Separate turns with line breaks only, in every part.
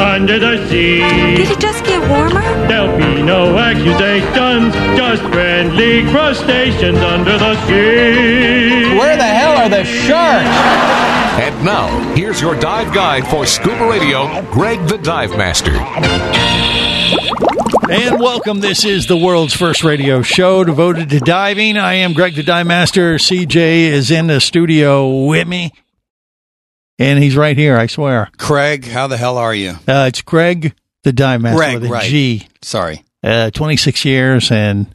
under the sea.
Did it just get warmer?
There'll be no accusations, just friendly crustaceans under the sea.
Where the hell are the sharks?
And now, here's your dive guide for scuba radio, Greg the Dive Master.
And welcome. This is the world's first radio show devoted to diving. I am Greg the Dive Master. CJ is in the studio with me. And he's right here, I swear.
Craig, how the hell are you?
Uh, it's Greg the Dive Master
Greg,
with a G.
right. Sorry.
Uh, 26 years and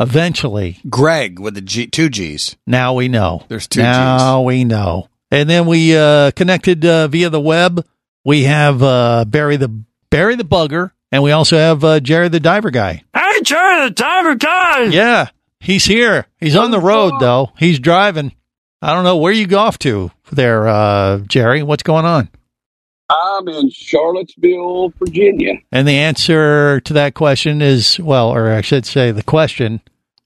eventually
Greg with the G, two G's.
Now we know.
There's two
Now we know. And then we uh, connected uh, via the web. We have uh, Barry the Barry the Bugger, and we also have uh, Jerry the Diver Guy.
Hey, Jerry, the diver guy.
Yeah, he's here. He's on the road though. He's driving. I don't know where you go off to there, uh, Jerry. What's going on?
I'm in Charlottesville, Virginia.
And the answer to that question is well, or I should say, the question.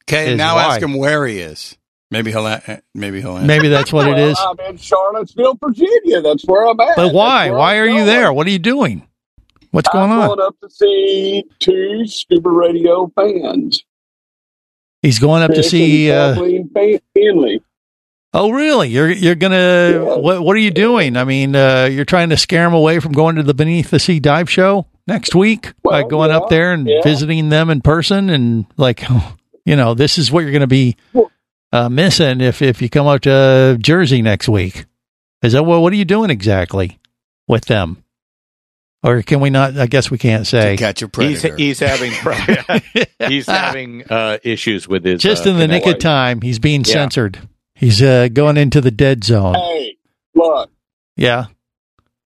Okay,
Is
now
why.
ask him where he is. Maybe he'll. a- Maybe he'll. Answer.
Maybe that's what it
Well,
is.
I'm in Charlottesville, Virginia. That's where I'm at.
But why?
That's where
Why
I'm
are you
going.
there? What are you doing? What's going
I'm
on?
going up to see two scuba radio fans.
He's going up to see. Uh,
Kathleen Fin- Finley.
Oh, really? You're you're gonna
Yeah.
what? What are you doing? I mean, uh, you're trying to scare them away from going to the Beneath the Sea dive show next week by
Well,
going up
yeah,
there and
yeah.
visiting them in person and like, you know, this is what you're gonna be
Well-
uh, missing if if you come up to Jersey next week. Is that well? What are you doing exactly with them? Or can we not? I guess we can't
To
say.
catch a
He's,
predator.
he's having he's having uh, issues with his
Just
uh,
in the nick of
connection.
time, he's being
Yeah.
censored. He's uh, going into the dead zone.
Hey, look,
Yeah.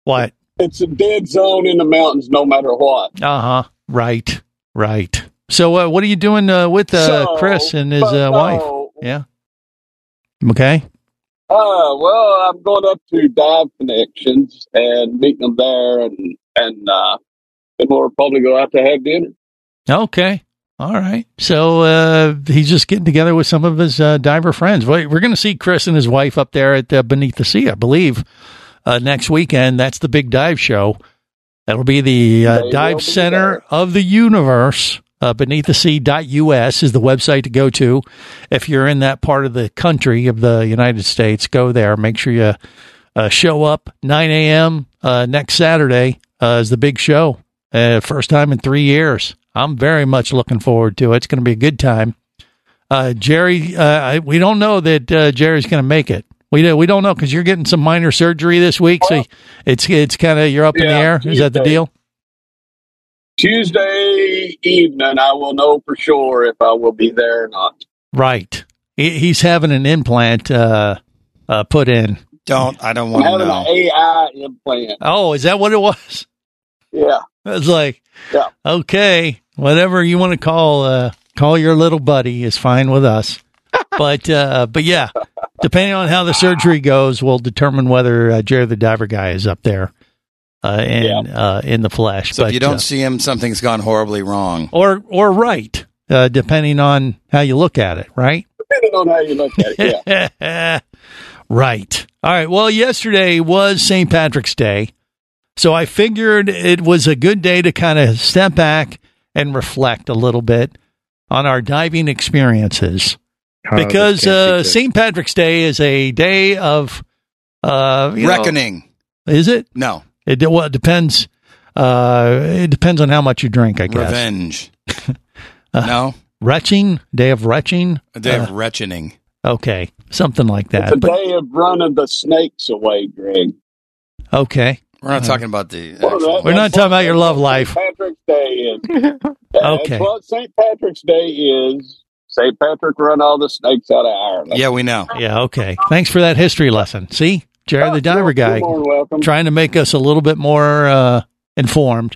What?
it's a dead zone in the mountains, no matter what.
Uh huh. Right. Right. So, uh, what are you doing uh, with uh,
So,
Chris and his
but
uh, wife?
no.
Yeah. Okay.
Uh, well, I'm going up to Dive Connections and meeting them there, and and uh, then we'll probably go out to have dinner.
Okay. All right. So uh, he's just getting together with some of his uh, diver friends. We- We're going to see Chris and his wife up there at uh, Beneath the Sea, I believe, uh, next weekend. That's the big dive show. That'll be the
They
uh,
will
Dive
be
Center
there.
of the Universe. Uh, beneaththesea.us is the website to go to. If you're in that part of the country of the United States, go there. Make sure you uh, show up 9 a.m. Uh, next Saturday uh, is the big show. Uh, first time in three years. I'm very much looking forward to it. It's going to be a good time. Uh, Jerry, uh, I, we don't know that uh, Jerry's going to make it. We do, we don't know because you're getting some minor surgery this week, so it's it's kind of you're up in the
Yeah,
air. Is that the
Tuesday.
deal?
Tuesday evening, I will know for sure if I will be there or not.
Right. He, he's having an implant uh, uh, put in.
don't. I don't
I'm
want to
having an
know.
AI implant.
Oh, is that what it was?
Yeah.
I was like,
Yeah.
okay, whatever you want to call uh, call your little buddy is fine with us. but uh, but yeah, depending on how the surgery goes, will determine whether uh, Jerry the Diver guy is up there uh, in uh, in the flesh.
So
But,
if you don't
uh,
see him, something's gone horribly wrong.
or or right, uh, depending on how you look at it, right?
Depending on how you look at it. Yeah.
right. All right. Well, yesterday was St. Patrick's Day. So I figured it was a good day to kind of step back and reflect a little bit on our diving experiences
Oh, this
because
can't be
uh,
good.
St. Patrick's Day is a day of uh, you know-
Reckoning.
is it?
no.
It de- well it depends. Uh, it depends on how much you drink, I guess. Uh,
Revenge. no.
Retching, day of retching.
A day of retching.
Okay, something like
It's a
that. But,
day of running the snakes away, Greg.
okay,
We're not talking about the.
Well,
actual-
that-
uh, We're not
that's
talking
what
about your love life.
St. Patrick's Day is. That's
Okay.
what St. Patrick's Day is. St. Patrick run all the snakes out of Ireland.
yeah, we know.
Yeah, okay. Thanks for that history lesson. See, Jerry the Diver guy
You're more than welcome.
trying to make us a little bit more uh, informed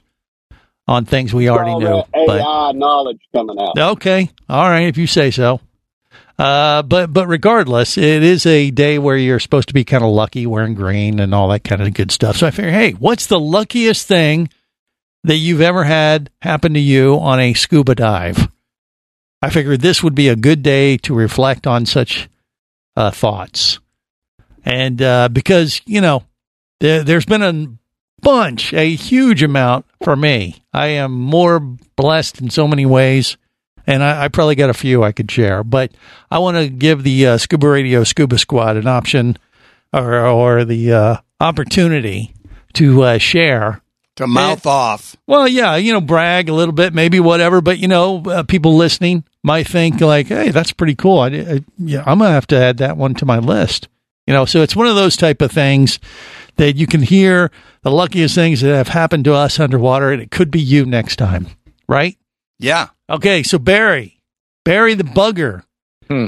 on things we already
All
knew.
that AI
But
knowledge coming out.
Okay. All right. If you say so. Uh, but but regardless, it is a day where you're supposed to be kind of lucky, wearing green and all that kind of good stuff. So I figure, hey, what's the luckiest thing that you've ever had happen to you on a scuba dive? I figured this would be a good day to reflect on such uh, thoughts, and uh, because you know there, there's been a bunch, a huge amount for me. I am more blessed in so many ways and I, I probably got a few I could share, but I want to give the uh, Scuba Radio Scuba Squad an option or, or the uh, opportunity to uh, share.
To mouth off.
Well, yeah, you know, brag a little bit, maybe whatever, but you know, uh, people listening might think like, "Hey, that's pretty cool." I, I yeah, I'm gonna have to add that one to my list. You know, so it's one of those type of things that you can hear the luckiest things that have happened to us underwater, and it could be you next time, right?
Yeah.
Okay, so Barry, Barry the bugger.
Hmm.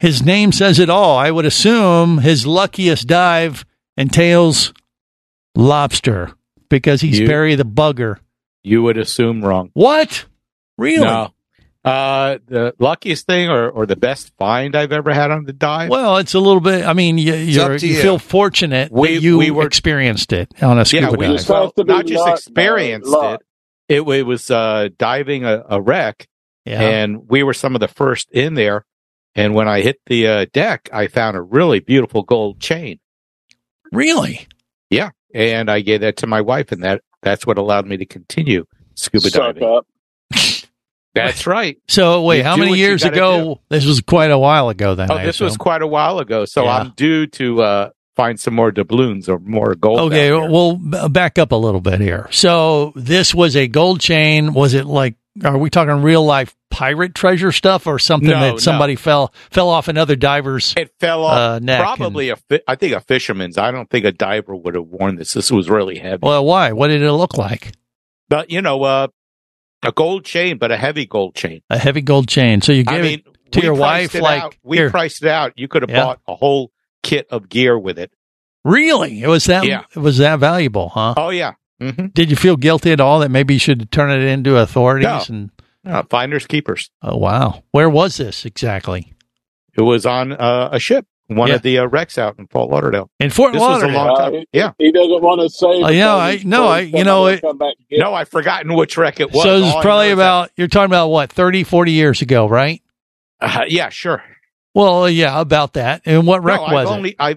His name says it all. I would assume his luckiest dive entails lobster because he's
You-
Barry the bugger.
You would assume wrong.
What? Really?
No. Uh, the luckiest thing or, or the best find I've ever had on the dive.
Well, it's a little bit. I mean, you, you're,
up to
you,
you.
feel fortunate
We-
that you
we were-
experienced it on a scuba
yeah, we
dive.
just,
Supposed to be
not just
luck,
experienced
uh, luck.
it. It, it was uh, diving a, a wreck,
yeah.
and we were some of the first in there. And when I hit the uh, deck, I found a really beautiful gold chain,
really?
and I gave that to my wife, and that that's what allowed me to continue scuba
Suck
diving.
up.
That's right.
So wait,
You
how
do
many
what you
years
gotta
ago? This was quite a while ago. Then
Oh,
I
this was
assume.
quite a while ago, so
Yeah.
I'm due to uh, find some more doubloons or more gold. out
Okay,
there.
well, b- back up a little bit here. So this was a gold chain. Was it like? Are we talking real life pirate treasure stuff or something
No, no.
that somebody fell fell off another diver's?
it fell off.
uh, neck
probably a fi- I think a fisherman's. I don't think a diver would have worn this. This was really heavy.
Well, why? What did it look like?
but you know, uh, a gold chain, but a heavy gold chain.
A heavy gold chain. So you
I
gave
mean,
it to
we
your
priced
wife,
it
like
out. we
here.
priced it out. You could have
Yeah.
bought a whole kit of gear with it.
really? It was that.
Yeah.
It was that valuable, huh?
Oh yeah, hmm
Did you feel guilty at all that maybe you should turn it into authorities? And
Uh, finders keepers.
oh wow, where was this exactly?
It was on uh, a ship, one
Yeah.
of the uh, wrecks out in Fort Lauderdale.
In Fort
This was a
Lauderdale.
long
Uh,
time.
he-
yeah.
He doesn't want to say.
Oh, yeah,
because
I-
he's
no, I-
afraid
you know,
somebody will
it-
come back and get
No, I've forgotten which wreck it was.
so it
All I
was
know
probably
is that-
about you're talking about what 30 40 years ago right
Uh, yeah, sure.
well yeah about that and what wreck
no,
was
I've
it
only I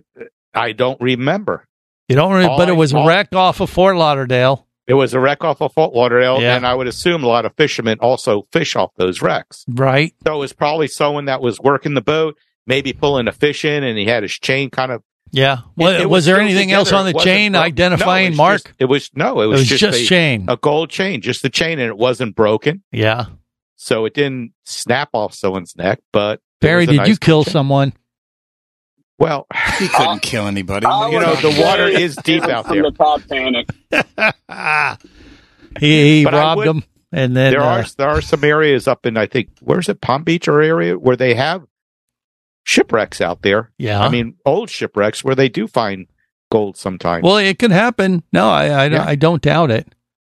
I don't remember.
you don't remember
all
but
I
it was
saw-
wrecked off of fort lauderdale
It was a wreck off of Fort Lauderdale,
Yeah.
and I would assume a lot of fishermen also fish off those wrecks.
right
So it was probably someone that was working the boat, maybe pulling a fish in, and he had his chain kind of.
yeah well,
it- it
was, there
still
anything
together.
else on
It
the
wasn't
chain
broke- No, it
identifying
was
mark
just- it was no, it
it
was,
was
just, Oh.
just,
a,
chain
a gold chain, just the chain, and it wasn't broken,
yeah
so it didn't snap off someone's neck. But it
barry
was a
did you
nice
kill
chain.
someone
Well,
He couldn't kill anybody.
I
you
was
know the
afraid
water is
it
deep
was
out
from
there.
The Titanic.
he,
Ah.
he
But I
robbed
would-
him and then
there
uh,
are there are some areas up in I think where's it Palm Beach or area where they have shipwrecks out there.
yeah
I mean, old shipwrecks where they do find gold sometimes.
Well, it could happen. No, I I, don't-
Yeah.
I don't doubt it.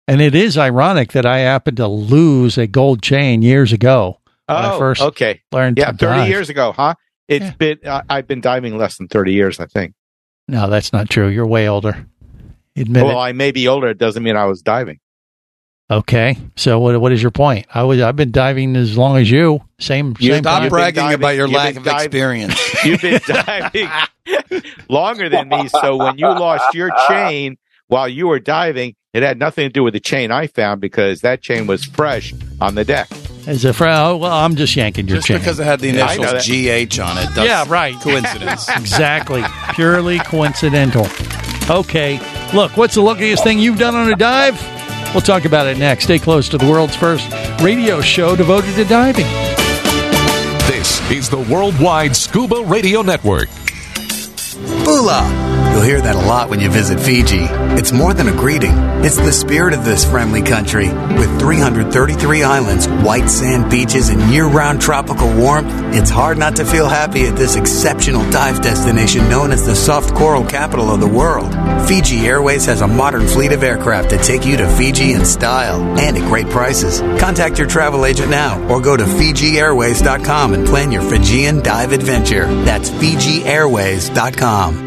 And it is ironic that I happened to lose a gold chain years ago. when I
oh,
first
okay,
Learned
yeah,
to
thirty
dive.
years ago, huh? It's
Yeah.
been I I've been diving less than thirty years, I think.
No, that's not true. You're way older. Admit
well, I may be older. It doesn't mean I was diving.
it. Okay. So what what is your point? I was I've been diving as long as you.
You
Same same
Stop
You've been
time.
bragging
diving-
about your
you've
lack
been
of
diving-
experience.
You've been diving longer than me, so when you lost your chain while you were diving, it had nothing to do with the chain I found because that chain was fresh on the deck.
As a friend, oh, well, I'm just yanking your
Just
chain.
because it had the
Yeah, I know
initials
that.
GH on it. That's
Yeah, right.
Coincidence.
exactly. Purely coincidental. Okay. Look, what's the luckiest thing you've done on a dive? We'll talk about it next. Stay close to the world's first radio show devoted to diving.
This is the Worldwide Scuba Radio Network.
Bula. You'll
hear that a lot when you visit Fiji. It's more than a greeting, it's the spirit of this friendly country. With 333 islands, white sand beaches, and year round tropical warmth, it's hard not to feel happy at this exceptional dive destination known as the soft coral capital of the world. Fiji Airways has a modern fleet of aircraft to take you to Fiji in style and at great prices. Contact your travel agent now or go to FijiAirways.com and plan your Fijian dive adventure. That's FijiAirways.com.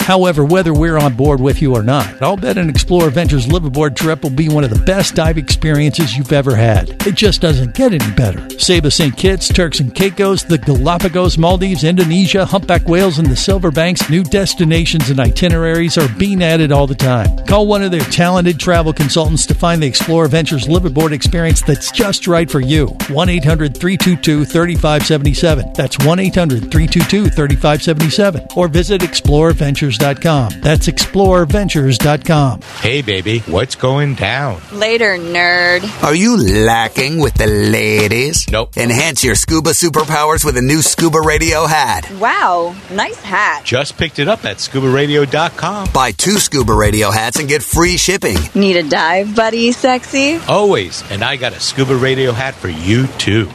However, whether we're on board with you or not, I'll bet an Explorer Ventures liveaboard trip will be one of the best dive experiences you've ever had. It just doesn't get any better. Save us St. Kitts, Turks and Caicos, the Galapagos, Maldives, Indonesia, humpback whales, and the silver banks, new destinations and itineraries are being added all the time. Call one of their talented travel consultants to find the Explorer Ventures liveaboard experience that's just right for you. 1 800 322 3577. That's 1 800 322 3577. Or visit explorerventures.com. That's explorerventures.com.
Hey, baby, what's going down?
Later, nerd.
Are you lacking with the ladies?
Nope.
Enhance your scuba superpowers with a new scuba radio hat.
Wow, nice hat.
Just picked it up at scubaradio.com.
Buy two scuba radio hats and get free shipping.
Need a dive, buddy, sexy?
Always. And I got a scuba radio hat for you, too.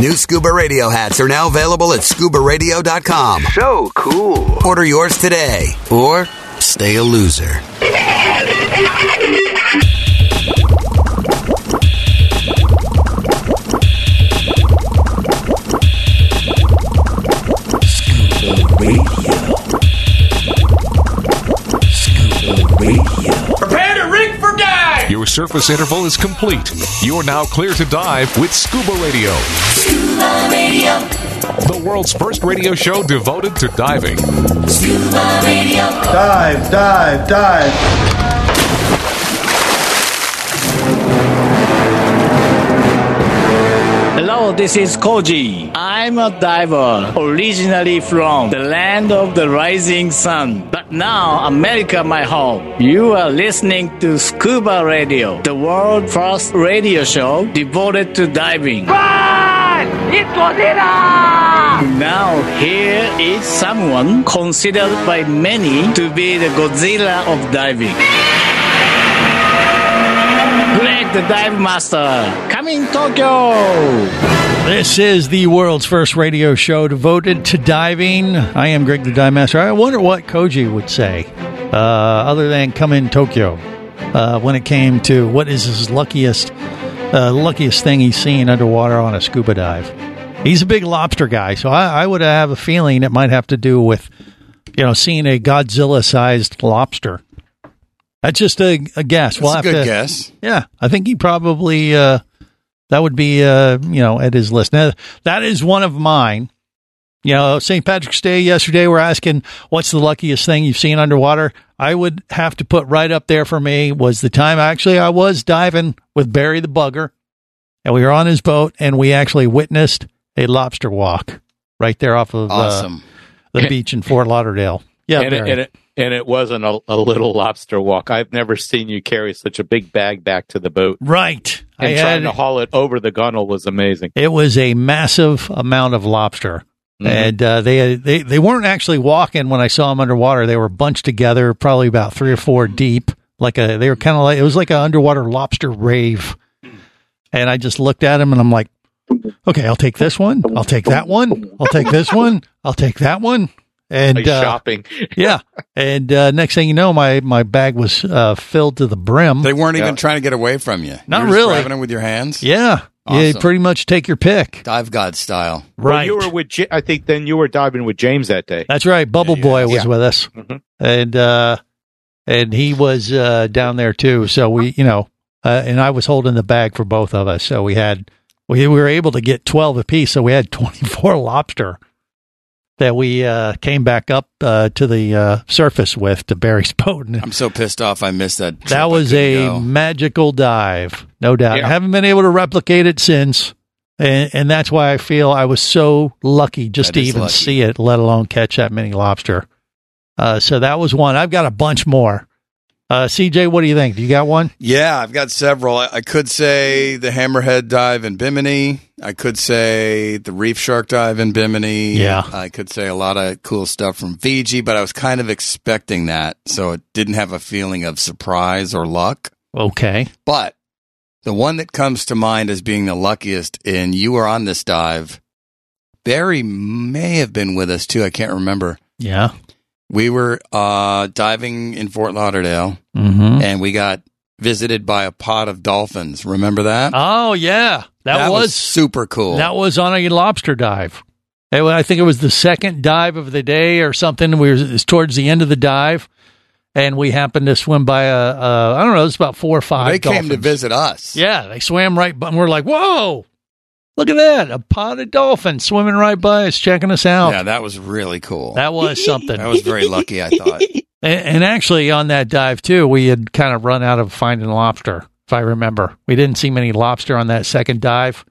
New scuba radio hats are now available at scubaradio.com. So cool. Order yours today or stay a loser.
Your surface interval is complete. You're now clear to dive with Scuba Radio. The world's first radio show devoted to diving.
Dive, dive, dive.
Hello, this is Koji. I'm a diver, originally from the land of the rising sun, but now America my home. You are listening to Scuba Radio, the world first radio show devoted to diving. Now here is someone considered by many to be the Godzilla of diving. Greg the Dive Master, coming Tokyo!
Uh,
This is the world's first radio show devoted to diving. I am Greg the Dive Master. I wonder what Koji would say, uh, other than come in Tokyo, uh, when it came to what is his luckiest, uh, luckiest thing he's seen underwater on a scuba dive. He's a big lobster guy, so I, I would have a feeling it might have to do with, you know, seeing a Godzilla-sized lobster. That's just a, a guess.
That's a
have
good
to-
guess.
yeah, I think he probably uh, that would be uh, you know at his list. Now that is one of mine. You know, St. Patrick's Day yesterday, we're asking what's the luckiest thing you've seen underwater. I would have to put right up there for me was the time actually I was diving with Barry the Bugger, and we were on his boat and we actually witnessed a lobster walk right there off of uh,
Awesome.
the beach in Fort Lauderdale. Yeah,
and, it,
Barry.
and, it, and it wasn't a, a little lobster walk. I've never seen you carry such a big bag back to the boat.
right. I
And
had-
trying to haul it over the gunnel was amazing.
It was a massive amount of lobster.
Mm-hmm.
And uh, they they they weren't actually walking when I saw them underwater. They were bunched together, probably about three or four deep. Like a they were kind of like it was like an underwater lobster rave. And I just looked at them and I'm like, okay, I'll take this one. I'll take that one. I'll take this one. I'll take that one. And
Like
uh,
shopping.
yeah, and uh, next thing you know, my my bag was uh, filled to the brim.
They weren't
Yeah.
even trying to get away from you.
Not
you were just
really.
Grabbing it with your hands.
yeah, you
Awesome.
pretty much take your pick.
Dive God style.
Well, you were with, Ja- I think then you were diving with James that day.
That's right. Bubble
Yeah,
Boy was
Yeah.
with us,
Mhm.
and uh, and he was uh, down there too. So we, you know, uh, and I was holding the bag for both of us. So we had we, we were able to get twelve apiece. So we had twenty four lobster that we uh, came back up uh, to the uh, surface with to Barry's boat. And
I'm so pissed off I missed that.
that was a magical dive, no doubt.
Yeah.
I haven't been able to replicate it since. And, and that's why I feel I was so lucky just
That
to
is
even
lucky.
see it, let alone catch that many lobster. Uh, so that was one. I've got a bunch more. Uh, CJ, what do you think? Do you got one?
Yeah, I've got several. I, I could say the hammerhead dive in Bimini. I could say the reef shark dive in Bimini.
Yeah.
I could say a lot of cool stuff from Fiji, but I was kind of expecting that. So it didn't have a feeling of surprise or luck.
Okay.
But the one that comes to mind as being the luckiest, and you were on this dive. Barry may have been with us too. I can't remember.
Yeah.
We were uh, diving in Fort Lauderdale
Mm-hmm.
and we got visited by a pod of dolphins. Remember that?
Oh yeah, that,
That was
was
super cool.
That was on a lobster dive. It wa- I think it was the second dive of the day or something. We were it was towards the end of the dive, and we happened to swim by a, a I don't know, it's about four or five.
they came to
dolphins.
visit us.
Yeah, they swam right, by, and we're like, "Whoa, look at that! A pod of dolphins swimming right by us, checking us out."
Yeah, that was really cool.
That was something.
That was very lucky, I thought.
And, and actually, on that dive too, we had kind of run out of finding lobster. If I remember, we didn't see many lobster on that second dive,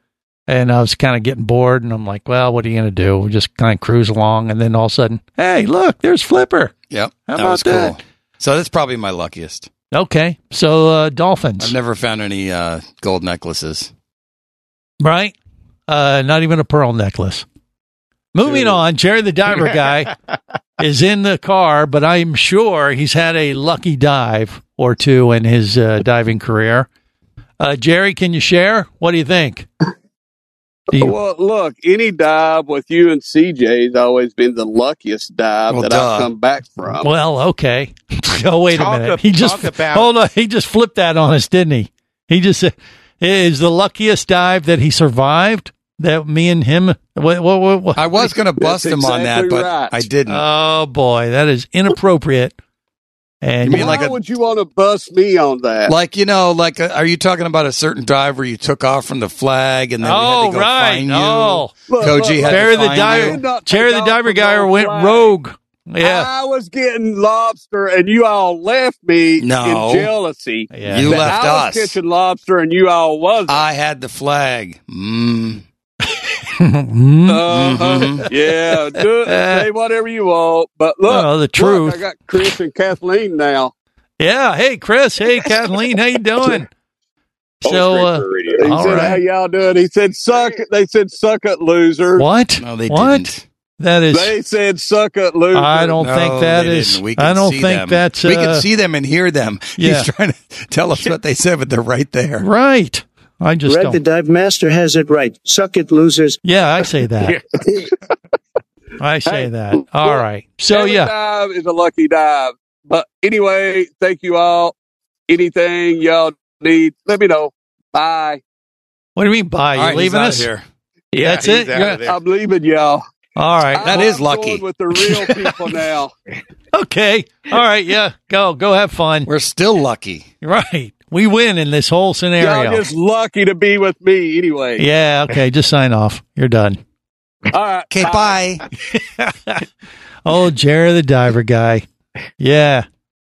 and I was kind of getting bored. And I'm like, "Well, what are you going to do? We just kind of cruise along." And then all of a sudden, hey, look, there's Flipper.
Yep.
How
that
about
was cool.
that?
So that's probably my luckiest.
Okay, so uh, dolphins,
I've never found any uh, gold necklaces.
right? Uh, not even a pearl necklace. Moving on, Jerry the diver guy is in the car, but I'm sure he's had a lucky dive or two in his uh, diving career. Uh, Jerry, can you share? What do you think? Do you-
Well, look, any dive with you and CJ's always been the luckiest dive
Well,
that
duh.
I've come back from.
well, okay. oh, wait a
uh, Talk
minute.
ab-
He just
talk about-
hold on. He just flipped that on us, didn't he? He just said it is the luckiest dive that he survived. That me and him. What, what, what, what?
I was going to bust him on that, but I didn't.
Oh boy, that is inappropriate. And
You mean like
Why
a-
would you want to bust me on that?
like you know, like uh are you talking about a certain dive where you took off from the flag and then we
oh
had to go
right,
find you?
oh,
Koji had
Jerry
to
the
find you.
diver, Jerry the diver guy went rogue. Yeah,
I was getting lobster, and you all left me
No.
in jealousy.
Yeah.
You
that
left
I was
us.
catching lobster, and you all wasn't.
I had the flag. Mm.
Hmm?
Uh,
Mm-hmm.
Uh-huh. yeah, do it, say whatever you want. But look,
Well, the
look,
truth.
I got Chris and Kathleen now.
yeah. Hey, Chris. Hey, Kathleen. How you doing? So, uh,
He
all
said, "How
right.
y'all doing?" He said, "Suck." it." They said, "Suck it, loser."
What?
No, they
what?
didn't.
That is.
They said, "Suck it, loser."
I don't
No,
think that
they
is.
didn't. We
I
could
don't
see
think
them.
that's. Uh,
we could see them and hear them.
yeah.
He's trying to tell us what they said, but they're right there.
right. I just
Red
don't.
the dive master has it right. Suck it, losers.
yeah, I say that. I say that. All right. So
Every
Oh, yeah.
dive is a lucky dive. But anyway, thank you all. Anything y'all need, let me know. Bye.
What do you mean by you
All right, he's
leaving
outta
us?
here.
Yeah, That's it? You're-
I'm leaving y'all.
All right.
That is
I'm
lucky.
going with the real people now.
Okay. All right. Yeah. Go. Go have fun.
We're still lucky.
Right. We win in this whole
Y'all
scenario.
just lucky to be with me anyway.
Yeah. Okay. Just sign off. You're done.
All right.
Okay, bye.
Oh, Jerry the diver guy. Yeah.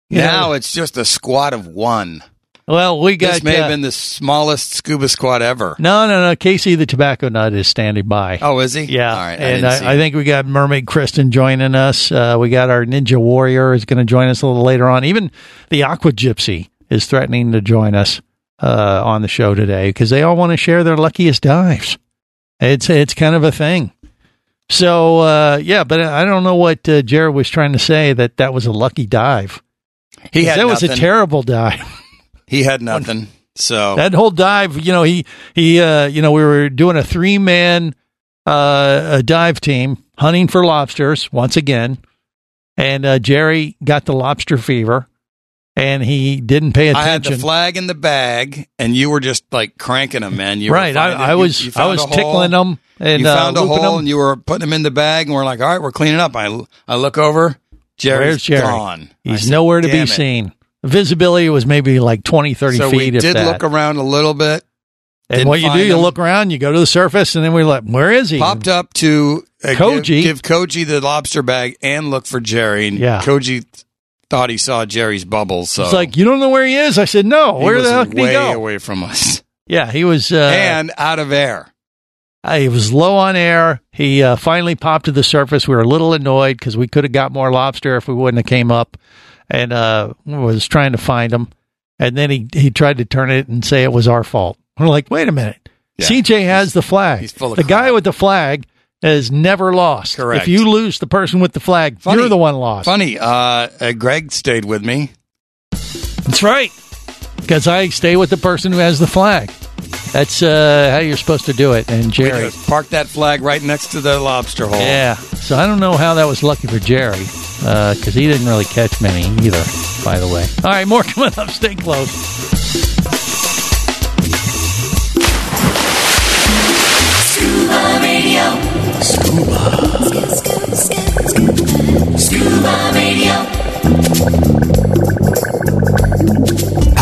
You
Now
know,
it's just a squad of one.
well, we got.
This may
uh,
have been the smallest scuba squad ever.
no, no, no. Casey the tobacco nut is standing by.
Oh, is he?
Yeah,
All right.
and
I, didn't see
I, I
him.
think we got Mermaid Kristen joining us. Uh, we got our Ninja Warrior is going to join us a little later on. Even the Aqua Gypsy is threatening to join us uh, on the show today because they all want to share their luckiest dives. It's it's kind of a thing. So uh, yeah, but I don't know what uh, Jared was trying to say that that was a lucky dive.
he had
that was a
nothing.
terrible dive.
He had nothing. So
That whole dive, you know, he he, uh, you know, we were doing a three man uh, a dive team hunting for lobsters once again, and uh, Jerry got the lobster fever, and he didn't pay
I had the
attention.
flag in the bag, and you were just like cranking them, man. You were
right,
finding-
I, I
you-
was
you
I
found
was
a hole.
tickling them and
you found a
uh, looping
hole,
'em.
and you were putting them in the bag, and we're like, all right, we're cleaning up. I I look over,
Where's
Jerry's
Jerry?
gone. I
He's
said,
nowhere to be
"Damn it."
seen. Visibility was maybe like 20, 30
so
feet.
we
if
did
that.
look around a little bit,
And
Didn't
what you do,
find
you
him.
look around, you go to the surface, and then we're like, where is he?
Popped up to uh,
Koji.
Give, give Koji the lobster bag and look for Jerry. And
Yeah.
Koji thought he saw Jerry's bubbles. So
It's like, you don't know where he is? I said, no.
he
where the
was
hell did
way
he go?
away from us
Yeah, he was. Uh,
and out of air.
Uh, he was low on air. He uh, finally popped to the surface. We were a little annoyed because we could have got more lobster if we wouldn't have came up and uh, was trying to find him. And then he, he tried to turn it and say it was our fault. We're like, wait a minute. CJ has the flag.
he's full of
the guy with the flag has never lost.
Correct.
If you lose the person with the flag,
Funny.
you're the one lost.
Funny, uh, uh, Greg stayed with me.
That's right. Because I stay with the person who has the flag. That's uh, how you're supposed to do it. And Jerry.
Parked that flag right next to the lobster hole.
Yeah. So I don't know how that was lucky for Jerry because he didn't really catch many either, by the way. All right, more coming up. Stay close.
Scuba Radio. Scuba. Scuba Radio.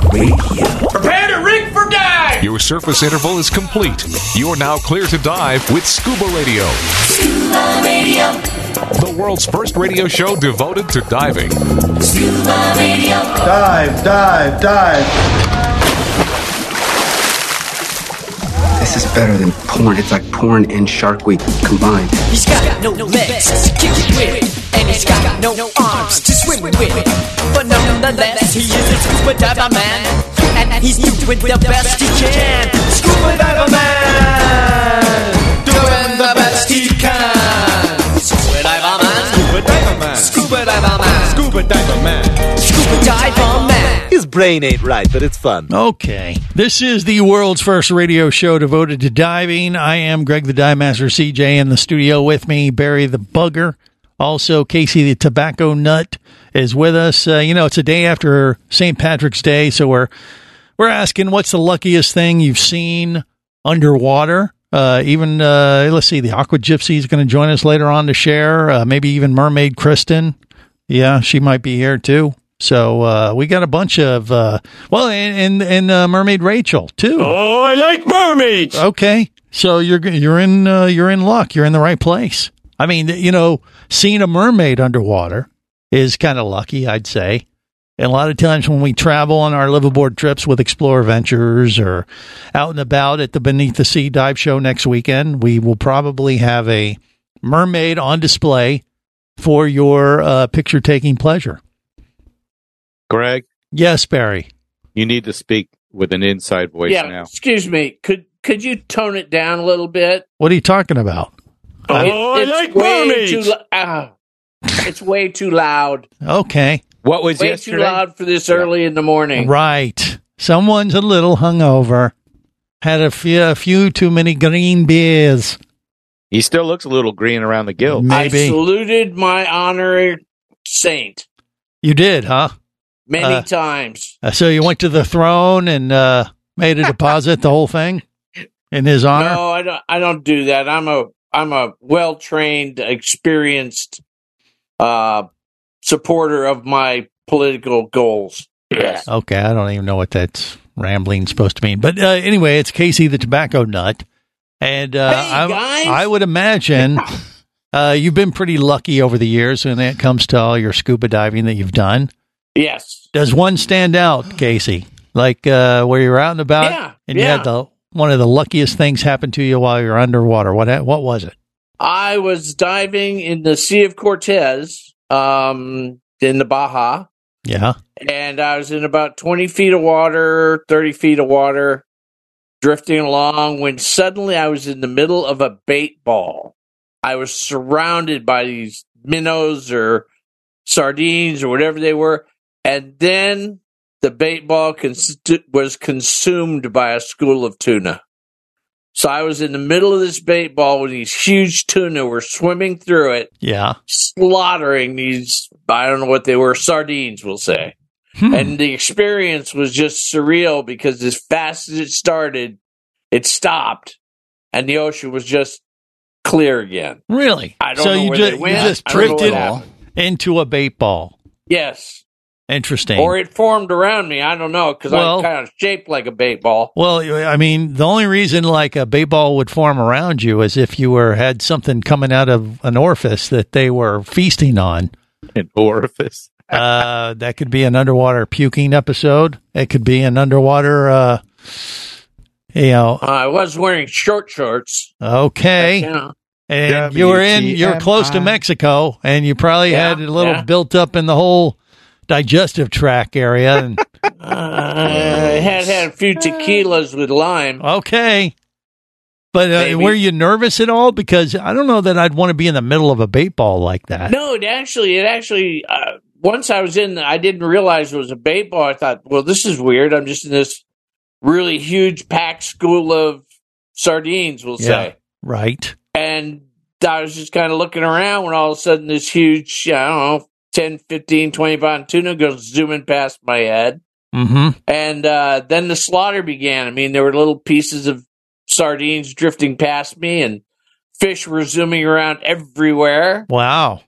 Prepare to rig for dive! Your surface interval is complete. You're now clear to dive with Scuba Radio.
Scuba Radio.
The world's first radio show devoted to diving.
Scuba Radio.
Dive, dive, dive.
This is better than porn. It's like porn and Shark Week combined.
He's got no legs to kick it with, and he's got no arms to swim with. But nonetheless, he is a scuba diver man, and he's doing the best he can. Scuba diver man, doing the best he can. Scuba diver man, scuba diver man, scuba diver man, scuba diver man, scuba
Oh,
diver man.
His brain ain't right, but it's fun.
Okay. This is the world's first radio show devoted to diving. I am Greg the Dive Master CJ in the studio with me, Barry the Bugger. Also, Casey the Tobacco Nut is with us. Uh, you know, it's a day after St. Patrick's Day, so we're we're asking what's the luckiest thing you've seen underwater? Uh, even uh, let's see, the Aqua Gypsy is going to join us later on to share. Uh, maybe even Mermaid Kristen. Yeah, she might be here too. So uh, we got a bunch of uh, well, and and, and uh, Mermaid Rachel too. Oh, I like mermaids. Okay, so you're g- you're in uh, you're in luck. You're in the right place. I mean, you know, seeing a mermaid underwater is kind of lucky, I'd say. And a lot of times when we travel on our liveaboard trips with Explorer Ventures or out and about at the Beneath the Sea Dive Show next weekend, we will probably have a mermaid on display for your uh, picture taking pleasure.
Greg,
Yes, Barry.
you need to speak with an inside voice
yeah,
now.
excuse me. Could could you tone it down a little bit?
What are you talking about?
Oh, I like way too, lou- ah, It's way too loud.
Okay.
What was
way too loud for this early in the morning.
Right. Someone's a little hungover. Had a few, a few too many green beers.
He still looks a little green around the gills.
I
Maybe.
saluted my honorary saint
You did, huh?
many
Uh,
times.
Uh, So you went to the throne and uh, made a deposit, the whole thing, in his honor.
No, I don't. I don't do that. I'm a I'm a well trained, experienced uh, supporter of my political goals. Yes.
Okay, I don't even know what that's rambling supposed to mean. But uh, anyway, it's Casey the Tobacco Nut And uh,
Hey,
I'm-
guys.
I would imagine uh, you've been pretty lucky over the years when it comes to all your scuba diving that you've done.
Yes.
Does one stand out, Casey? Like uh, where you're out and about,
Yeah,
and you had
yeah.
the one of the luckiest things happen to you while you're underwater. What ha- what was it?
I was diving in the Sea of Cortez um, in the Baja,
Yeah.
and I was in about 20 feet of water, 30 feet of water, drifting along when suddenly I was in the middle of a bait ball. I was surrounded by these minnows or sardines or whatever they were, and then the bait ball cons- was consumed by a school of tuna. So I was in the middle of this bait ball when these huge tuna were swimming through it
Yeah.
slaughtering these I don't know what they were sardines we'll say. And the experience was just surreal because as fast as it started, it stopped and the ocean was just clear again.
Really?
I don't
so
know
you
where
just
they went.
you just
I don't know what
drifted
happened.
into a bait ball.
Yes.
Interesting.
Or it formed around me, I don't know cuz
Well-
I'm kind of shaped like a bait ball.
Well, I mean, the only reason like a bait ball would form around you is if you were had something coming out of an orifice that they were feasting on.
An orifice.
uh, that could be an underwater puking episode. It could be an underwater, uh, you know.
I was wearing short shorts.
Okay,
Yeah.
and you were in. You're close to
WTMI.
Mexico, and you probably
Yeah,
had a little
yeah.
built up in the whole digestive tract area. And
I had had a few tequilas with lime.
okay, but uh,
Maybe.
were you nervous at all? Because I don't know that I'd want to be in the middle of a bait ball like that.
No, it actually, it actually. Uh, once I was in, I didn't realize it was a bait ball. I thought, well, this is weird. I'm just in this really huge packed school of sardines, we'll
Yeah.
say.
Right.
And I was just kind of looking around when all of a sudden this huge, I don't know, 10, 15, 20 pound tuna goes zooming past my head.
Mm-hmm.
And uh, then the slaughter began. I mean, there were little pieces of sardines drifting past me, and fish were zooming around everywhere
Wow.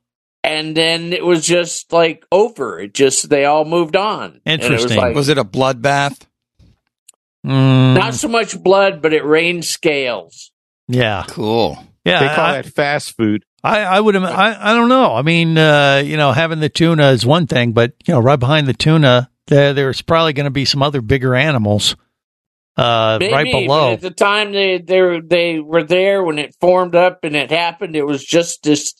and then it was just like over. It just they all moved on. And it was,
Interesting.
like,
Was it a bloodbath?
Mm,
not so much blood, but it rained scales.
yeah.
Cool.
Yeah.
they call
I-
that fast food.
I, I would. im- I, I don't know. I mean, uh, you know, having the tuna is one thing, but you know, right behind the tuna, there, there's probably going to be some other bigger animals uh,
Maybe,
right
but
below.
at the time they they were- they were there when it formed up and it happened. It was just this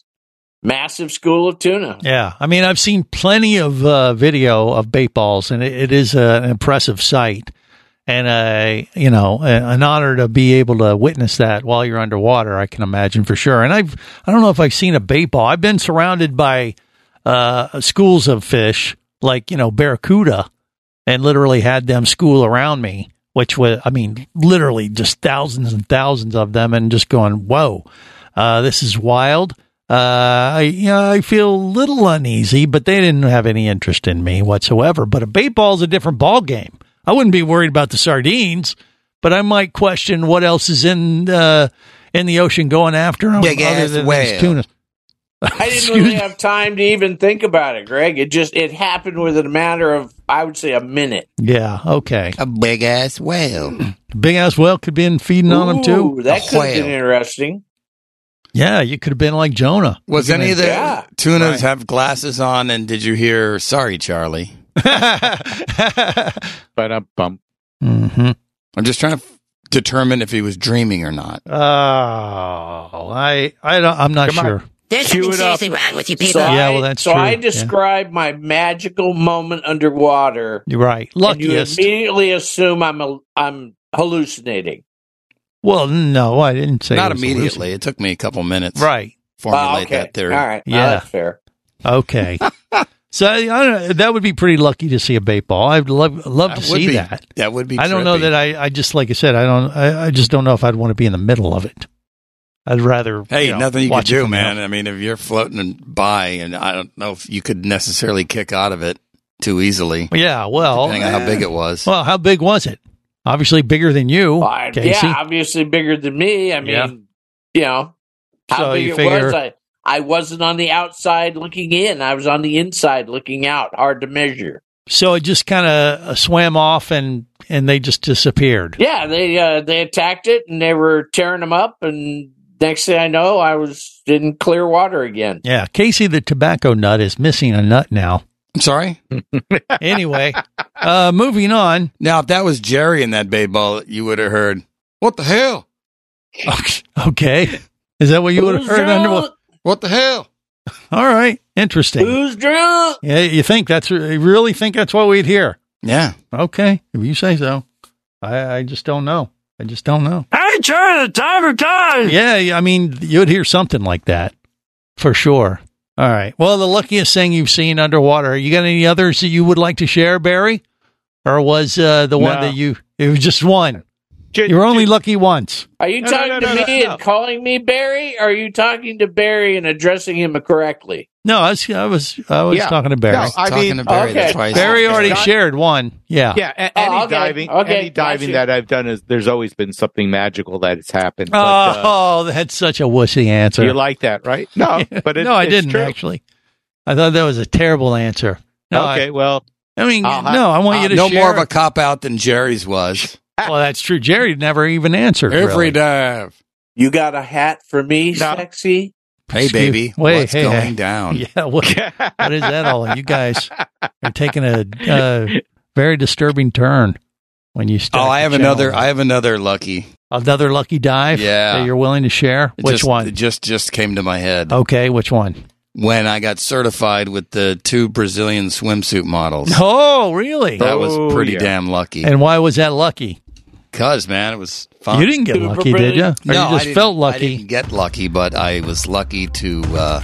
massive school of tuna.
Yeah, I mean, I've seen plenty of uh, video of bait balls, and it, it is uh, an impressive sight, and a you know a- an honor to be able to witness that while you're underwater. I can imagine for sure. And I've I don't know if I've seen a bait ball. I've been surrounded by uh, schools of fish, like you know barracuda, and literally had them school around me, which was I mean literally just thousands and thousands of them, and just going whoa. Uh, this is wild. Uh, I, you know, I feel a little uneasy, but they didn't have any interest in me whatsoever. But a bait ball is a different ball game. I wouldn't be worried about the sardines, but I might question what else is in uh, in the ocean going after them.
Big ass whale.
tuna.
I didn't really have time to even think about it, Greg. It just it happened within a matter of I would say a minute.
Yeah. Okay.
A big ass whale.
Big ass whale could been feeding on them too.
Ooh, that
A
could have
whale.
been interesting.
Yeah, you could have been like Jonah.
Was any of the
Yeah.
tunas
Right.
have glasses on? And did you hear, sorry, Charlie?
But I'm bump.
hmm
I'm just trying to f- determine if he was dreaming or not.
Oh, I, I don't. I'm not
Come on.
sure.
There's
Cue
something
it up.
seriously wrong with you
So
people.
Yeah,
I,
well, that's
so
true.
I
Yeah.
describe my magical moment underwater.
You're right.
and you
Luckiest.
immediately assume I'm a, I'm hallucinating.
Well, no, I didn't say
not
it was elusive.
immediately. It took me a couple minutes
Right.
to formulate
Oh, okay.
that theory.
All right. Yeah.
Yeah.
that's fair.
Okay. so I don't, that would be pretty lucky to see a bait ball. I'd love love to
would
see
be,
that.
That would be
I don't know
trippy.
that I, I just like I said I don't I, I just don't know if I'd want to be in the middle of it. I'd rather
Hey,
know,
nothing you could
watch it
do,
from
man.
the-
I mean, if you're floating and by, and I don't know if you could necessarily kick out of it too easily,
Yeah, well,
depending on how big it was.
well, how big was it? Obviously bigger than you,
I-
Casey.
yeah, obviously bigger than me. I mean,
Yeah.
you know, how
So
big
you
it
figure-
was. I, I wasn't on the outside looking in. I was on the inside looking out. Hard to measure.
So it just kind of swam off and and they just disappeared.
Yeah, they uh, they attacked it and they were tearing them up. And next thing I know, I was in clear water again.
Yeah, Casey the tobacco nut is missing a nut now.
I'm sorry.
anyway, uh, moving on.
Now, if that was Jerry in that bait ball, you would have heard, "What the hell?
Okay, is that what you would have
Who's
heard?
drunk?
Underwood?
What the hell?"
All right, interesting.
Who's drunk?
Yeah, you think that's you really think that's what we'd hear?
Yeah.
Okay, if you say so. I, I just don't know. I just don't know.
Hey, Jerry, the timer time.
Yeah, I mean, you'd hear something like that for sure. All right. Well, the luckiest thing you've seen underwater. You got any others that you would like to share, Barry? Or was uh, the one
No.
that you? It was just one.
Ju-
you were only lucky once.
Are you
No, no,
talking
no, no,
to
no,
me
no.
and calling me Barry? Are you talking to Barry and addressing him correctly?
No, I was I was I was
Yeah.
talking to Barry.
No, I
Talking
mean,
to Barry
okay.
that's why I said-
Barry already
Scott-
shared one. Yeah.
yeah, a-
Oh,
any
okay,
diving,
okay,
any diving
got you.
that I've done is there's always been something magical that has happened. But, uh,
Oh, that's such a wussy answer.
You like that, right? No, Oh, but it,
no, I
it's
didn't
true.
actually. I thought that was a terrible answer. No, I-
okay, well,
I, mean,
I'll uh, have-
no, I want you to
no
share.
more of a cop out than Jerry's was.
well, that's true. Jerry never even answered.
Every
really.
dive.
You got a hat for me,
No.
sexy?
Hey,
Excuse-
baby.
wait,
what's
hey,
going
hey.
down?
Yeah. What, what
Oh,
is that all? You guys are taking a uh, very disturbing turn when you start.
Oh, I
to
have
channel
another.
that.
I have another lucky.
another lucky dive.
Yeah.
That you're willing to share.
It
Which
just,
one? Oh.
It just just came to my head
okay. Which one?
when I got certified with the two Brazilian swimsuit models.
Oh, really?
That was
Oh,
pretty
yeah.
damn lucky.
And why was that lucky?
Cause man, it was fun.
You didn't get
Super
lucky, did you? Or
I
you just
didn't-
felt
I
lucky.
didn't get lucky, but I was lucky to uh,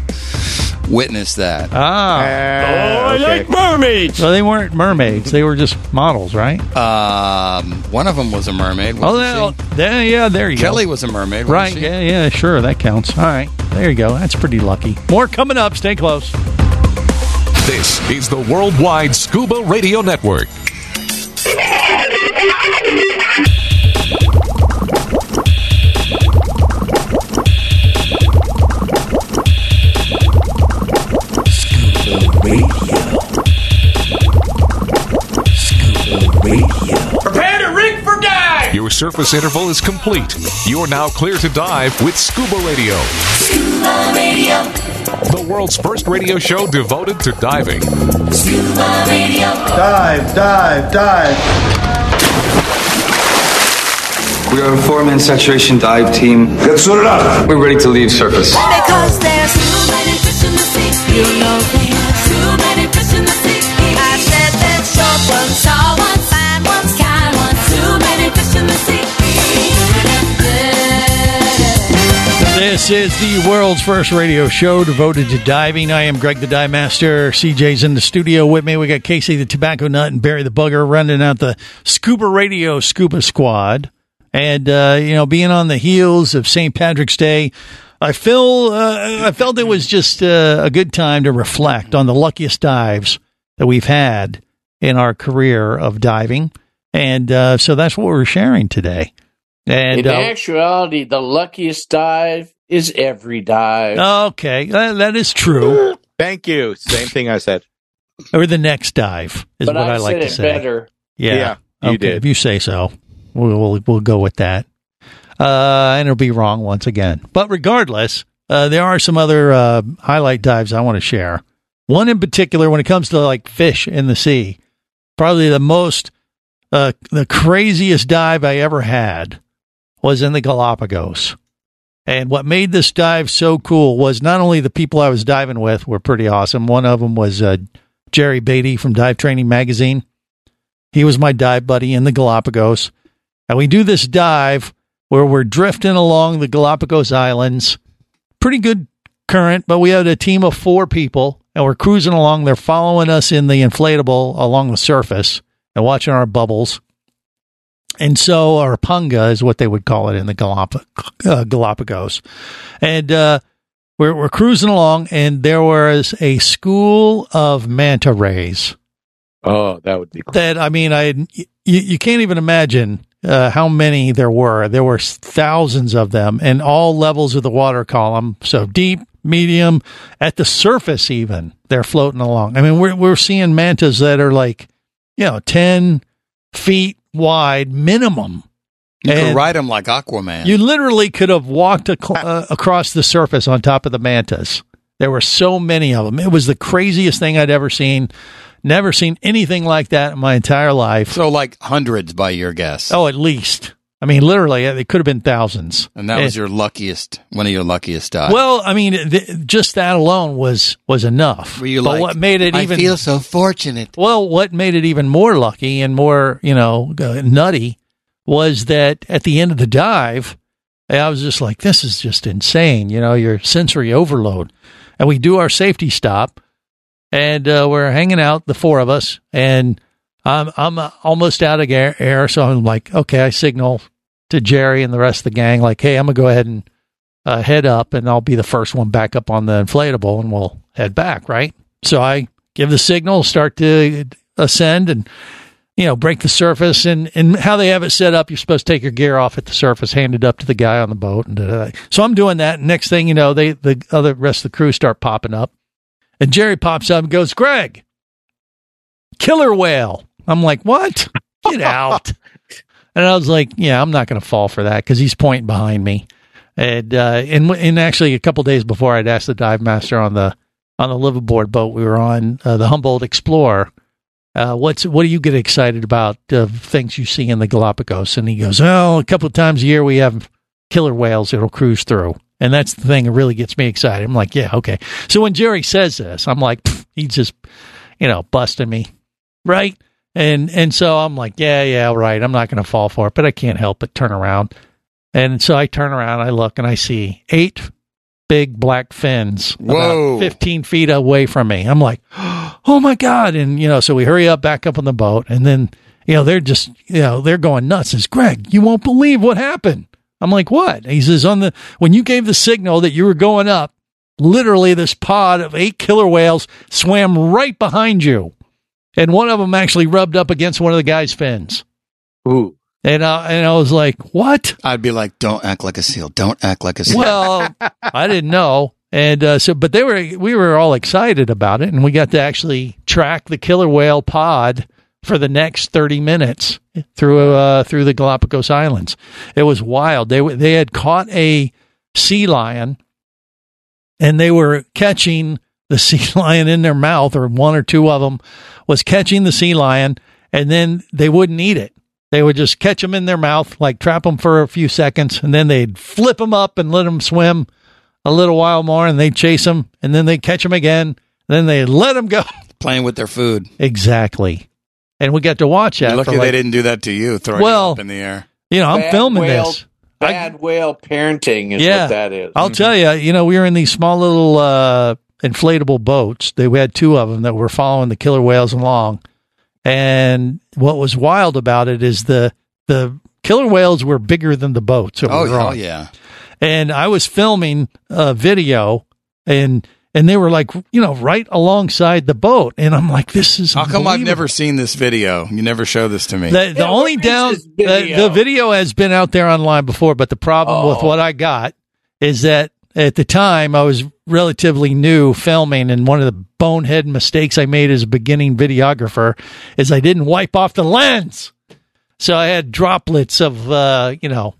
witness that.
Ah.
Uh,
I
okay.
like mermaids.
So they weren't mermaids; they were just models, right?
Um, one of them was a mermaid.
Oh,
wasn't
well, there, yeah, there you
she? Kelly
go.
was a mermaid, wasn't
right?
she?
Yeah, yeah, sure, that counts. All right, there you go. That's pretty lucky. More coming up. Stay close.
This is the Worldwide Scuba Radio Network.
Prepare to rig for dive.
Your surface interval is complete. You are now clear to dive with Scuba Radio. The world's first radio show devoted to diving.
Dive, dive, dive.
We are a four-man saturation dive team. That's not enough. We're ready to leave surface.
Because there's too many fish in the sea. You know there's too many fish in the sea. I said there's short ones, tall ones, fine ones, kind ones. Too many fish in the sea.
This is the world's first radio show devoted to diving. I am Greg the Dive Master. CJ's in the studio with me. We got Casey the Tobacco Nut and Barry the Bugger running out the Scuba Radio Scuba Squad. And uh, you know, being on the heels of St. Patrick's Day, I feel uh, I felt it was just uh, a good time to reflect on the luckiest dives that we've had in our career of diving. And uh, so that's what we're sharing today. And
in
uh,
actuality, the luckiest dive is every dive.
Okay, that, that is true.
Thank you. Same thing I said.
or the next dive is
but
what
I,
I, like
said
to
it
say.
better.
Yeah,
Yeah, you
okay,
did.
If you say so, we'll we'll, we'll go with that. Uh, and it'll be wrong once again. But regardless, uh, there are some other uh, highlight dives I want to share. One in particular, when it comes to like fish in the sea, probably the most uh, the craziest dive I ever had was in the Galapagos. And what made this dive so cool was not only the people I was diving with were pretty awesome. One of them was uh, Jerry Beatty from Dive Training Magazine. He was my dive buddy in the Galapagos. And we do this dive where we're drifting along the Galapagos Islands. Pretty good current, but we had a team of four people and we're cruising along. They're following us in the inflatable along the surface and watching our bubbles. And so our punga is what they would call it in the Galap- uh, Galapagos. And uh, we're, we're cruising along, and there was a school of manta rays
Oh, that would be cool.
that I mean, I you, you can't even imagine uh, how many there were. There were thousands of them in all levels of the water column. So deep, medium, at the surface, even they're floating along. I mean, we're we're seeing mantas that are like you know, 10 feet wide minimum.
You could
And
ride them like Aquaman.
You literally could have walked ac- uh, across the surface on top of the mantas. There were so many of them. It was the craziest thing I'd ever seen. Never seen anything like that in my entire life.
So, like hundreds by your guess.
Oh, at least. I mean, literally, it could have been thousands.
and that was your luckiest, one of your luckiest uh, dives.
eh. Well, I mean, th- just that alone was was enough.
Were you
but
like,
what made it
"I
even
feel so fortunate?
Well, what made it even more lucky and more you know uh, nutty was that at the end of the dive, I was just like, "This is just insane." You know, your sensory overload, and we do our safety stop, and uh, we're hanging out, the four of us, and I'm I'm uh, almost out of air, air, so I'm like, okay, I signal to Jerry and the rest of the gang, like, hey, I'm gonna go ahead and uh, head up, and I'll be the first one back up on the inflatable, and we'll head back, right? So I give the signal, start to ascend, and you know, break the surface, and and how they have it set up, you're supposed to take your gear off at the surface, hand it up to the guy on the boat, and da-da-da. so I'm doing that. And next thing you know, they the other rest of the crew start popping up, and Jerry pops up and goes, Greg killer whale. I'm like, what? Get out. and I was like, yeah, I'm not going to fall for that because he's pointing behind me. And, uh, and, and actually a couple days before I'd asked the dive master on the, on the liveaboard boat we were on, uh, the Humboldt Explorer, uh, what's, what do you get excited about of things you see in the Galapagos? And he goes, oh, a couple of times a year we have killer whales that'll cruise through. And that's the thing that really gets me excited. I'm like, yeah, okay. So when Jerry says this, I'm like, pfft, he's just, you know, busting me right? And and so I'm like, yeah, yeah, right. I'm not going to fall for it, but I can't help but turn around. And so I turn around, I look, and I see eight big black fins
Whoa.
about 15 feet away from me. I'm like, oh my god! And you know, so we hurry up back up on the boat, and then you know they're just you know they're going nuts. Is Greg? You won't believe what happened. I'm like, what? He says on the when you gave the signal that you were going up, literally this pod of eight killer whales swam right behind you and one of them actually rubbed up against one of the guy's fins.
Ooh.
And uh, and I was like, "What?"
I'd be like, "Don't act like a seal. Don't act like a seal."
Well, I didn't know. And uh, so, but they were we were all excited about it, and we got to actually track the killer whale pod for the next thirty minutes through uh, through the Galapagos Islands. It was wild. They were- they had caught a sea lion, and they were catching the sea lion in their mouth, or one or two of them was catching the sea lion, and then they wouldn't eat it. They would just catch them in their mouth, like trap them for a few seconds, and then they'd flip them up and let them swim a little while more, and they'd chase them, and then they'd catch them again, and then they'd let them go.
Playing with their food.
Exactly. And we got to watch that.
You're
for
lucky
like-
they didn't do that to you, throwing
Well,
it up in the air.
You know, I'm
Bad
filming
whale-
this.
Bad whale parenting is what that is.
Mm-hmm.
I'll tell you, you know, we were in these small little uh, inflatable boats. They, we had two of them that were following the killer whales along. And what was wild about it is the the killer whales were bigger than the boats. that we
Oh,
were
hell
on.
yeah.
And I was filming a video and and they were like, you know, right alongside the boat. And I'm like, this is
How come I've
unbelievable.
never seen this video? You never show this to me.
The, the only down The, the video has been out there online before, but the problem with
Oh.
what I got is that at the time I was relatively new filming, and one of the bonehead mistakes I made as a beginning videographer is I didn't wipe off the lens, so I had droplets of uh, you know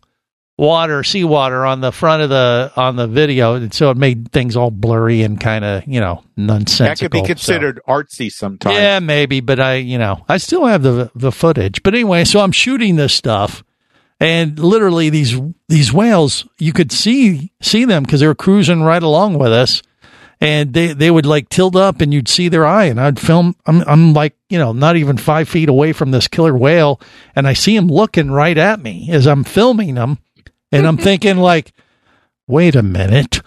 water, seawater on the front of the on the video, and so it made things all blurry and kind of you know nonsensical.
That could be
so-
considered artsy sometimes.
yeah, maybe, but I, you know, I still have the the footage. But anyway, so I'm shooting this stuff, and literally these these whales, you could see see them because they were cruising right along with us, and they they would like tilt up, and you'd see their eye, and I'd film. I'm I'm like you know not even five feet away from this killer whale, and I see him looking right at me as I'm filming him, and I'm thinking like, wait a minute.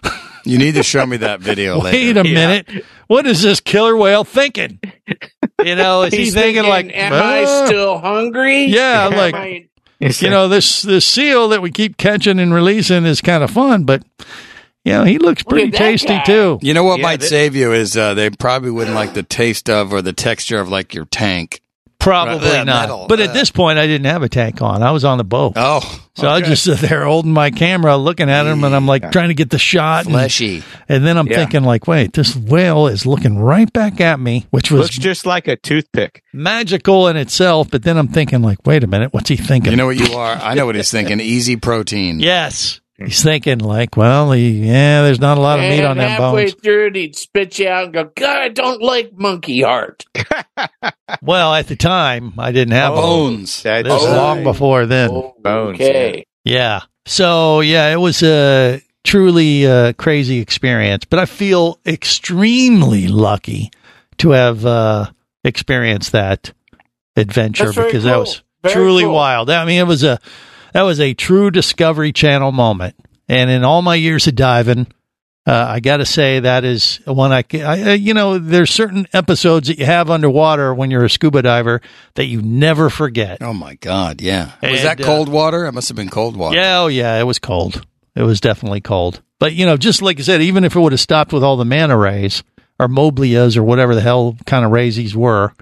You need to show me that video later.
Wait a minute. What is this killer whale thinking? You know, is he
He's
thinking, like,
"Am I
"Ah."
still hungry?
Yeah,
Am
like,
I-
you know, this this seal that we keep catching and releasing is kind of fun, but you know, he looks pretty tasty too.
You know what
Yeah,
might
that-
save you is uh, they probably wouldn't like the taste of or the texture of like your tank.
Probably
Yeah,
not.
metal.
but at this point, I didn't have a tank on. I was on the boat.
Oh,
so I was just sit there holding my camera, looking at him, and I'm like trying to get the shot. and-
Fleshy.
And, then I'm
Yeah.
thinking, like, wait, this whale is looking right back at me, which was
Looks just like a toothpick.
magical in itself. But then I'm thinking, like, wait a minute, what's he thinking?
You know what you are? I know what he's thinking. Easy protein.
Yes. He's thinking, like, well, he, yeah, there's not a lot of meat on
And
them
halfway
bones.
through it, he'd spit you out and go, God, I don't like monkey heart.
Well, at the time, I didn't have
Oh, Bones.
This
That's
was
right.
long before then.
Oh.
Bones.
Okay.
Yeah. So yeah, it was a truly uh, crazy experience, but I feel extremely lucky to have uh, experienced that adventure
That's very
because that
cool.
was
Very
truly
cool.
wild. I mean, it was a that was a true Discovery Channel moment, and in all my years of diving. Uh, I got to say that is one I, ca- I, uh, you know, there's certain episodes that you have underwater when you're a scuba diver that you never forget.
Oh my God! Yeah. was
And,
that
uh,
cold water? It must have been cold water.
Yeah, oh yeah, it was cold. It was definitely cold. But you know, just like I said, even if it would have stopped with all the manta rays or moblias or whatever the hell kind of rays these were,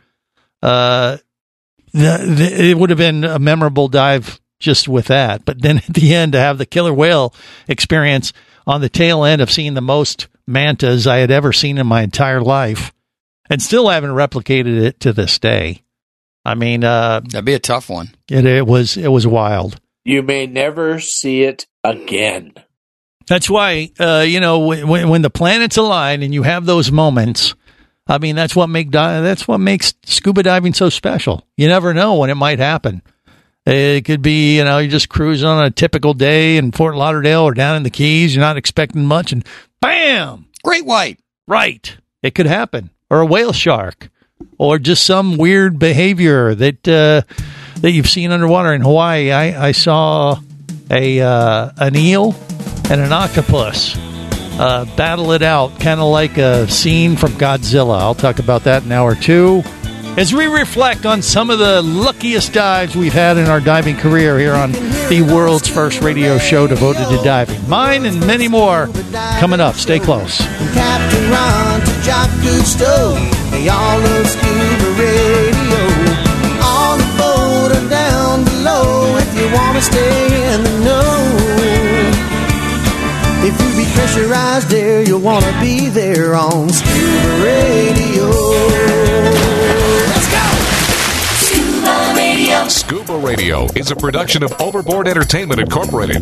uh, the, the, it would have been a memorable dive just with that. But then at the end, to have the killer whale experience on the tail end of seeing the most mantas I had ever seen in my entire life, and still haven't replicated it to this day. I mean, uh,
That'd be a tough one.
it, it was it was wild.
You may never see it again.
That's why, uh, you know, when, when when the planets align and you have those moments, I mean, that's what make di- that's what makes scuba diving so special. You never know when it might happen. It could be, you know, you're just cruising on a typical day in Fort Lauderdale or down in the Keys. You're not expecting much, and bam,
Great white.
right, it could happen, or a whale shark, or just some weird behavior that uh, that you've seen underwater in Hawaii. I, I saw a uh, an eel and an octopus uh, battle it out, kind of like a scene from Godzilla. I'll talk about that in hour two. As we reflect on some of the luckiest dives we've had in our diving career here on the world's first radio show devoted to diving, mine and many more coming up. Stay close.
From Captain Ron to Jock Cousteau, they all love scuba radio. On the boat or down below, if you want to stay in the know. If you be pressurized there, you'll want to be there on scuba radio. Let's go! Scuba radio.
Scuba Radio is a production of Overboard Entertainment Incorporated.